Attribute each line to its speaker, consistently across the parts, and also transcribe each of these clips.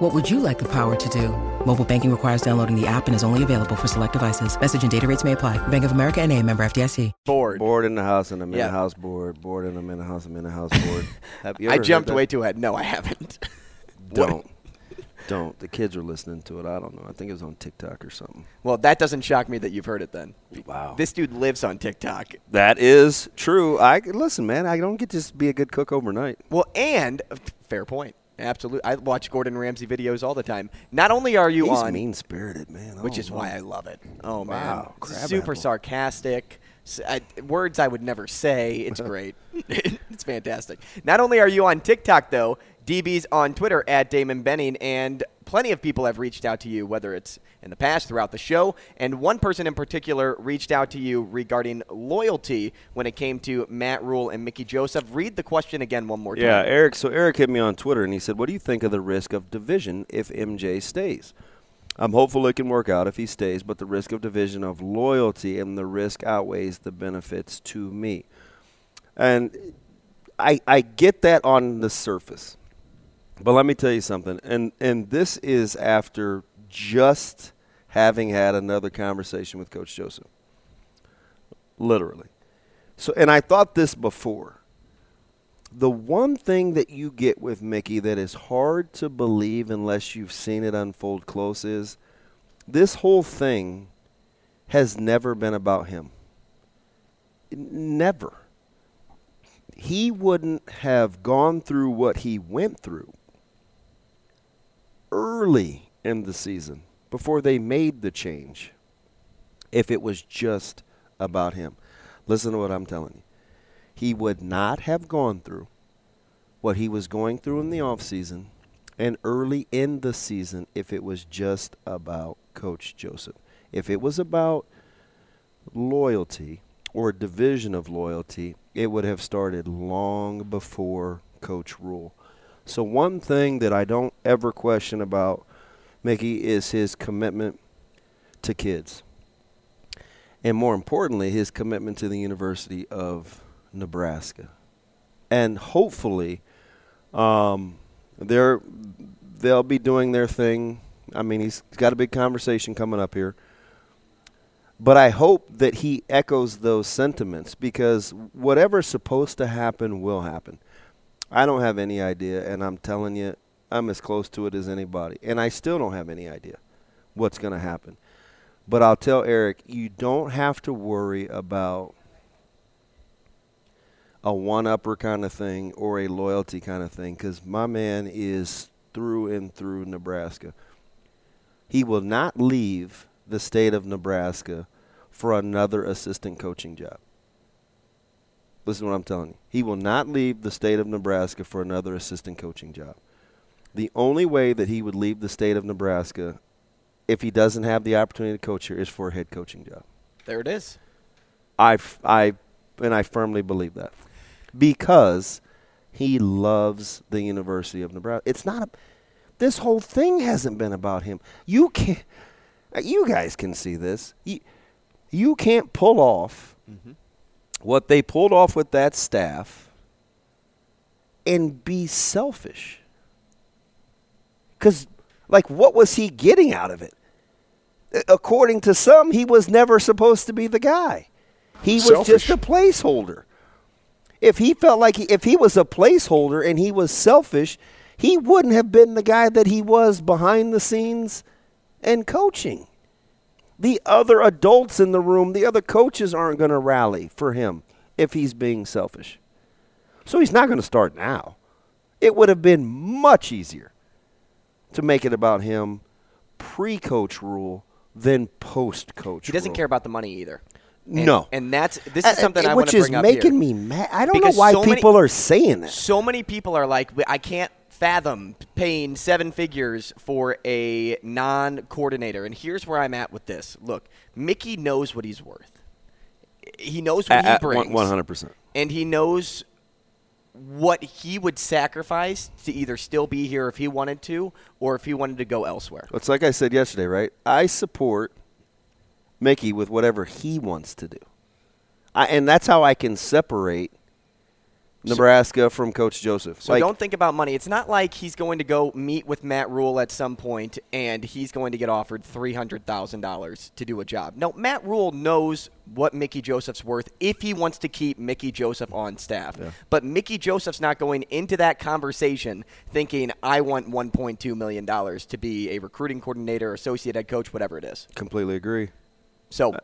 Speaker 1: What would you like the power to do? Mobile banking requires downloading the app and is only available for select devices. Message and data rates may apply. Bank of America and a member FDIC.
Speaker 2: bored.
Speaker 3: Board in the house and I'm in
Speaker 2: Yeah.
Speaker 3: the house board. Board and I'm in the house. I'm in the house board. Have you
Speaker 2: I
Speaker 3: ever heard
Speaker 2: jumped
Speaker 3: that?
Speaker 2: way too ahead. No, I haven't. What-
Speaker 3: Don't. Don't. The kids were listening to it. I don't know. I think it was on TikTok or something.
Speaker 2: Well, that doesn't shock me that you've heard it then.
Speaker 3: Wow.
Speaker 2: This dude lives on TikTok.
Speaker 3: that is true. I listen, man. I don't get to just be a good cook overnight.
Speaker 2: Well, and fair point. Absolutely. I watch Gordon Ramsay videos all the time. Not only are you
Speaker 3: He's
Speaker 2: on
Speaker 3: mean spirited, man. I
Speaker 2: which
Speaker 3: don't
Speaker 2: is
Speaker 3: know.
Speaker 2: why I love it. Oh
Speaker 3: Wow,
Speaker 2: man,
Speaker 3: crab
Speaker 2: super
Speaker 3: apple.
Speaker 2: sarcastic. S I words I would never say. It's great. it's fantastic. Not only are you on TikTok though, DB's on Twitter at Damon Benning, and plenty of people have reached out to you, whether it's in the past throughout the show, and one person in particular reached out to you regarding loyalty when it came to Matt Rule and Mickey Joseph. Read the question again one more time.
Speaker 3: Yeah, Eric. So Eric hit me on Twitter and he said, "What do you think of the risk of division if MJ stays?" I'm hopeful it can work out if he stays, but the risk of division of loyalty and the risk outweighs the benefits to me. And I I get that on the surface. But let me tell you something. And and this is after just having had another conversation with coach Joseph. Literally. So and I thought this before the one thing that you get with Mickey that is hard to believe unless you've seen it unfold close is this whole thing has never been about him. N- Never. He wouldn't have gone through what he went through early in the season before they made the change if it was just about him. Listen to what I'm telling you he would not have gone through what he was going through in the offseason and early in the season if it was just about Coach Joseph. If it was about loyalty or division of loyalty, it would have started long before Coach Rule. So, one thing that I don't ever question about Mickey is his commitment to kids and more importantly, his commitment to the University of Nebraska. And hopefully, um, they're they'll be doing their thing. I mean, he's got a big conversation coming up here. But I hope that he echoes those sentiments because whatever's supposed to happen will happen. I don't have any idea, and I'm telling you, I'm as close to it as anybody. And I still don't have any idea what's going to happen. But I'll tell Eric, you don't have to worry about a one upper kind of thing or a loyalty kind of thing because my man is through and through Nebraska. He will not leave the state of Nebraska for another assistant coaching job. Listen to what I'm telling you. He will not leave the state of Nebraska for another assistant coaching job. The only way that he would leave the state of Nebraska if he doesn't have the opportunity to coach here is for a head coaching job.
Speaker 2: There it is.
Speaker 3: I, f- I, and I firmly believe that because he loves the University of Nebraska. It's not a, this whole thing hasn't been about him. You can, not you guys can see this. You, you can't pull off what they pulled off with that staff and be selfish. Because, like, what was he getting out of it? A- According to some, he was never supposed to be the guy. He was
Speaker 4: Selfish.
Speaker 3: just a placeholder. If he felt like he, if he was a placeholder and he was selfish, he wouldn't have been the guy that he was behind the scenes and coaching the other adults in the room, the other coaches aren't going to rally for him if he's being selfish. So he's not going to start now. It would have been much easier to make it about him pre coach rule than post coach.
Speaker 2: He doesn't care about the money either. And-
Speaker 3: No.
Speaker 2: and that's this is
Speaker 3: Uh,
Speaker 2: something I want
Speaker 3: which
Speaker 2: to
Speaker 3: is
Speaker 2: bring up here.
Speaker 3: making me mad. I don't
Speaker 2: Because
Speaker 3: know why
Speaker 2: so many-
Speaker 3: people are saying that.
Speaker 2: So many people are like, "I can't fathom paying seven figures for a non coordinator. And here's where I'm at with this. Look, Mickey knows what he's worth. he knows what he brings.
Speaker 3: Uh, One hundred percent.
Speaker 2: and he knows what he would sacrifice to either still be here if he wanted to or if he wanted to go elsewhere.
Speaker 3: It's like I said yesterday, right? I support Mickey with whatever he wants to do, I, and that's how I can separate Nebraska from Coach Joseph.
Speaker 2: So
Speaker 3: Like,
Speaker 2: don't think about money. It's not like he's going to go meet with Matt Rule at some point and he's going to get offered $300,000 to do a job. No, Matt Rule knows what Mickey Joseph's worth if he wants to keep Mickey Joseph on staff. But Mickey Joseph's not going into that conversation thinking, I want $1.2 million to be a recruiting coordinator, associate head coach, whatever it is.
Speaker 3: completely agree.
Speaker 2: So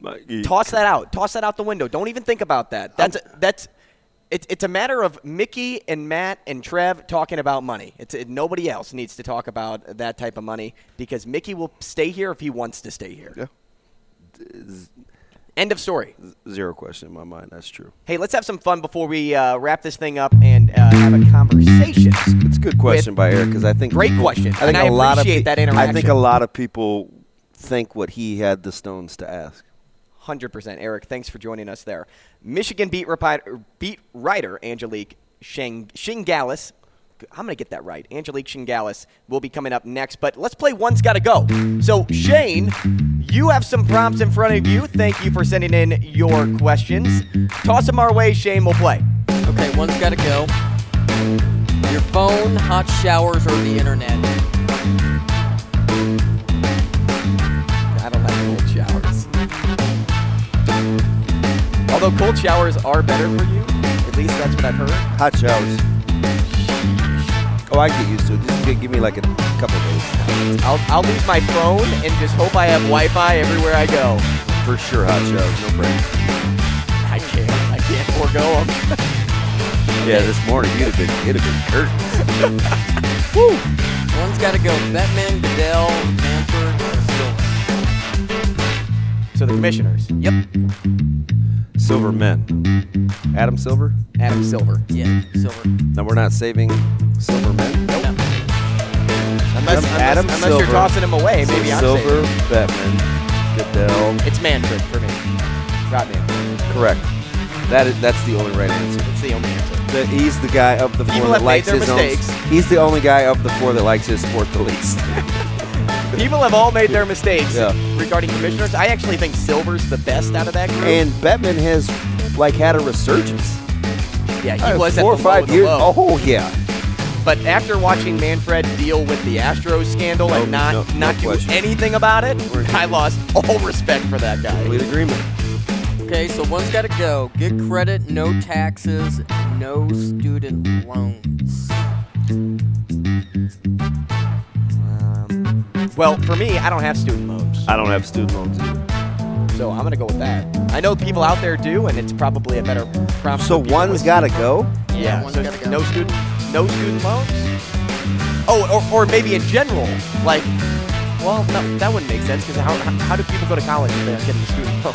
Speaker 3: Like, you-
Speaker 2: toss that out. Toss that out the window. Don't even think about that. That's that's it's it's a matter of Mickey and Matt and Trev talking about money. It's it, nobody else needs to talk about that type of money because Mickey will stay here if he wants to stay here.
Speaker 3: Yeah.
Speaker 2: End of story.
Speaker 3: Zero question in my mind. That's true.
Speaker 2: Hey, let's have some fun before we uh, wrap this thing up and uh, have a conversation.
Speaker 3: It's a good question by Eric because I think
Speaker 2: Great question,
Speaker 3: I think
Speaker 2: and
Speaker 3: a
Speaker 2: I
Speaker 3: lot of
Speaker 2: appreciate
Speaker 3: pe-
Speaker 2: that
Speaker 3: I think
Speaker 2: interaction.
Speaker 3: a lot of people think what he had the stones to ask.
Speaker 2: Hundred percent, Eric. Thanks for joining us there. Michigan beat repi- beat writer Angelique Shing- Shingalis. I'm gonna get that right. Angelique Shingalis will be coming up next, but let's play One's Gotta Go. So Shane, you have some prompts in front of you. Thank you for sending in your questions. Toss them our way, Shane. We'll play.
Speaker 4: Okay, one's got to go. Your phone, hot showers, or the internet.
Speaker 2: I don't like cold showers. Although cold showers are better for you, at least that's what I've heard.
Speaker 3: Hot showers. Oh, I get used to it. Just gi- give me like a couple days.
Speaker 2: I'll, I'll leave my phone and just hope I have Wi-Fi everywhere I go.
Speaker 3: For sure, hot showers. No break.
Speaker 2: I can't. I can't forego them.
Speaker 3: Yeah, this morning you'd have been it'd have been curtains.
Speaker 4: One's got to go. Bettman, Goodell, Manford, or Silver.
Speaker 2: So the commissioners,
Speaker 4: Yep.
Speaker 3: Silver men. Adam Silver.
Speaker 2: Adam Silver.
Speaker 4: Yeah, Silver.
Speaker 3: No, we're not saving Silver men.
Speaker 4: Nope.
Speaker 2: Unless, unless,
Speaker 3: Adam
Speaker 2: unless
Speaker 3: Silver.
Speaker 2: you're tossing him away,
Speaker 3: So
Speaker 2: maybe I'm
Speaker 3: Silver,
Speaker 2: saving.
Speaker 3: Bettman, Goodell.
Speaker 2: It's Manfred for me. Rob Manfred.
Speaker 3: Correct. That is that's the only right answer.
Speaker 2: It's the only answer.
Speaker 3: The, he's the guy of the
Speaker 2: People
Speaker 3: four
Speaker 2: have
Speaker 3: that
Speaker 2: made
Speaker 3: likes
Speaker 2: their
Speaker 3: his
Speaker 2: mistakes.
Speaker 3: own. He's the only guy of the four that likes his sport the least.
Speaker 2: People have all made their mistakes
Speaker 3: Yeah.
Speaker 2: regarding commissioners. I actually think Silver's the best out of that group.
Speaker 3: and Bettman has like had a resurgence.
Speaker 2: yeah,
Speaker 3: Uh,
Speaker 2: he was at
Speaker 3: four
Speaker 2: the
Speaker 3: or five
Speaker 2: low of the
Speaker 3: years.
Speaker 2: low.
Speaker 3: Oh yeah.
Speaker 2: But after watching Manfred deal with the Astros scandal and
Speaker 3: No,
Speaker 2: not
Speaker 3: Oh, no, no
Speaker 2: not do
Speaker 3: question.
Speaker 2: anything about it,
Speaker 3: We're-
Speaker 2: I lost all respect for that guy.
Speaker 3: Complete agreement.
Speaker 4: Okay, so one's got to go. Good credit, no taxes, no student loans.
Speaker 2: Well, for me, I don't have student loans.
Speaker 3: I don't have student loans. Either.
Speaker 2: So I'm gonna go with that. I know people out there do, and it's probably a better prompt.
Speaker 3: So
Speaker 2: for people
Speaker 3: one's
Speaker 2: with-
Speaker 3: got to go.
Speaker 2: yeah.
Speaker 4: one's
Speaker 2: so
Speaker 4: gotta go.
Speaker 2: no student, no student loans. Oh, or, or maybe in general, like, well, no, that wouldn't make sense because how, how how do people go to college if they're getting a student loan?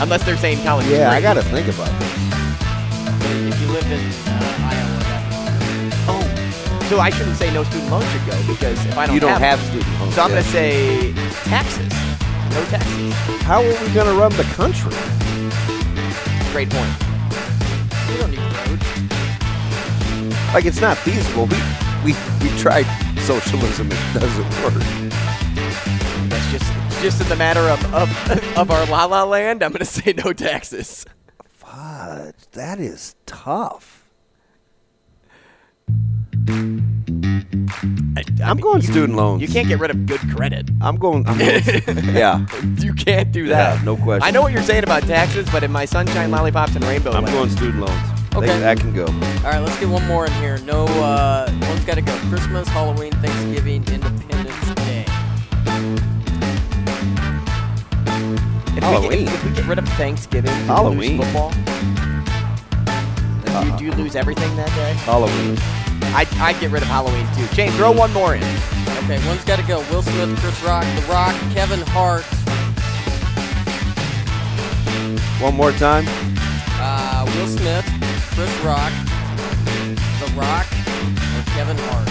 Speaker 2: Unless they're saying college. is
Speaker 3: Yeah, I
Speaker 2: free.
Speaker 3: got to think about this.
Speaker 4: If you lived in uh, Iowa, that
Speaker 2: Oh, so I shouldn't say no student loan should go because if I don't,
Speaker 3: You don't
Speaker 2: have,
Speaker 3: have student loans.
Speaker 2: so I'm
Speaker 3: yeah.
Speaker 2: gonna say taxes. No taxes.
Speaker 3: How are we going to run the country?
Speaker 2: Great point.
Speaker 4: you don't need roads.
Speaker 3: Like it's not feasible. We we we tried socialism. It doesn't work.
Speaker 2: That's just just in the matter of of, of our la la land. I'm gonna say no taxes.
Speaker 3: Fudge. That is tough. I, am going student loans.
Speaker 2: You can't get rid of good credit.
Speaker 3: I'm going. I'm going yeah.
Speaker 2: You can't do
Speaker 3: Yeah,
Speaker 2: that.
Speaker 3: no question.
Speaker 2: I know what you're saying about taxes, but in my sunshine, lollipops, and rainbow,
Speaker 3: I'm
Speaker 2: land,
Speaker 3: going student loans.
Speaker 4: Okay.
Speaker 3: They- that can go.
Speaker 4: All right, let's get one more in here. No, uh, one's got to go. Christmas, Halloween, Thanksgiving, Independence Day.
Speaker 2: If we get-
Speaker 3: Halloween.
Speaker 2: If, we get rid of Thanksgiving, do we lose
Speaker 3: Halloween.
Speaker 2: football. Do you- Do, you lose everything that day?
Speaker 3: Halloween.
Speaker 2: I I get rid of Halloween too. Jane, throw one more in.
Speaker 4: Okay, one's got to go. Will Smith, Chris Rock, The Rock, Kevin Hart,
Speaker 3: One more time.
Speaker 4: uh, Will Smith, Chris Rock, The Rock, or Kevin Hart,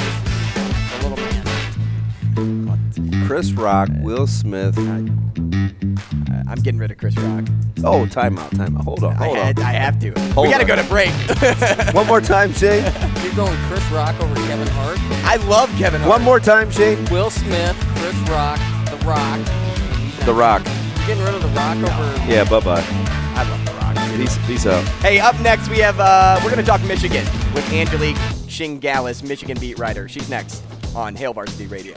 Speaker 4: the little man.
Speaker 3: Chris Rock, Will Smith,
Speaker 2: I'm getting rid of Chris Rock.
Speaker 3: Oh, timeout, timeout. Hold on,
Speaker 2: I,
Speaker 3: hold
Speaker 2: had, I have to.
Speaker 3: Hold
Speaker 2: we gotta
Speaker 3: on.
Speaker 2: go to break.
Speaker 3: on. One more time, Shane.
Speaker 4: You're going Chris Rock over Kevin Hart.
Speaker 2: I love Kevin. Hart.
Speaker 3: One more time, Shane.
Speaker 4: Will Smith, Chris Rock, The Rock.
Speaker 3: The Rock.
Speaker 4: You're getting rid of The Rock over.
Speaker 3: Yeah, bye bye.
Speaker 2: I love The Rock.
Speaker 3: Peace, peace out.
Speaker 2: Hey, up next we have uh, we're gonna talk Michigan with Angelique Shingalis, Michigan beat writer. She's next on Hale Varsity Radio.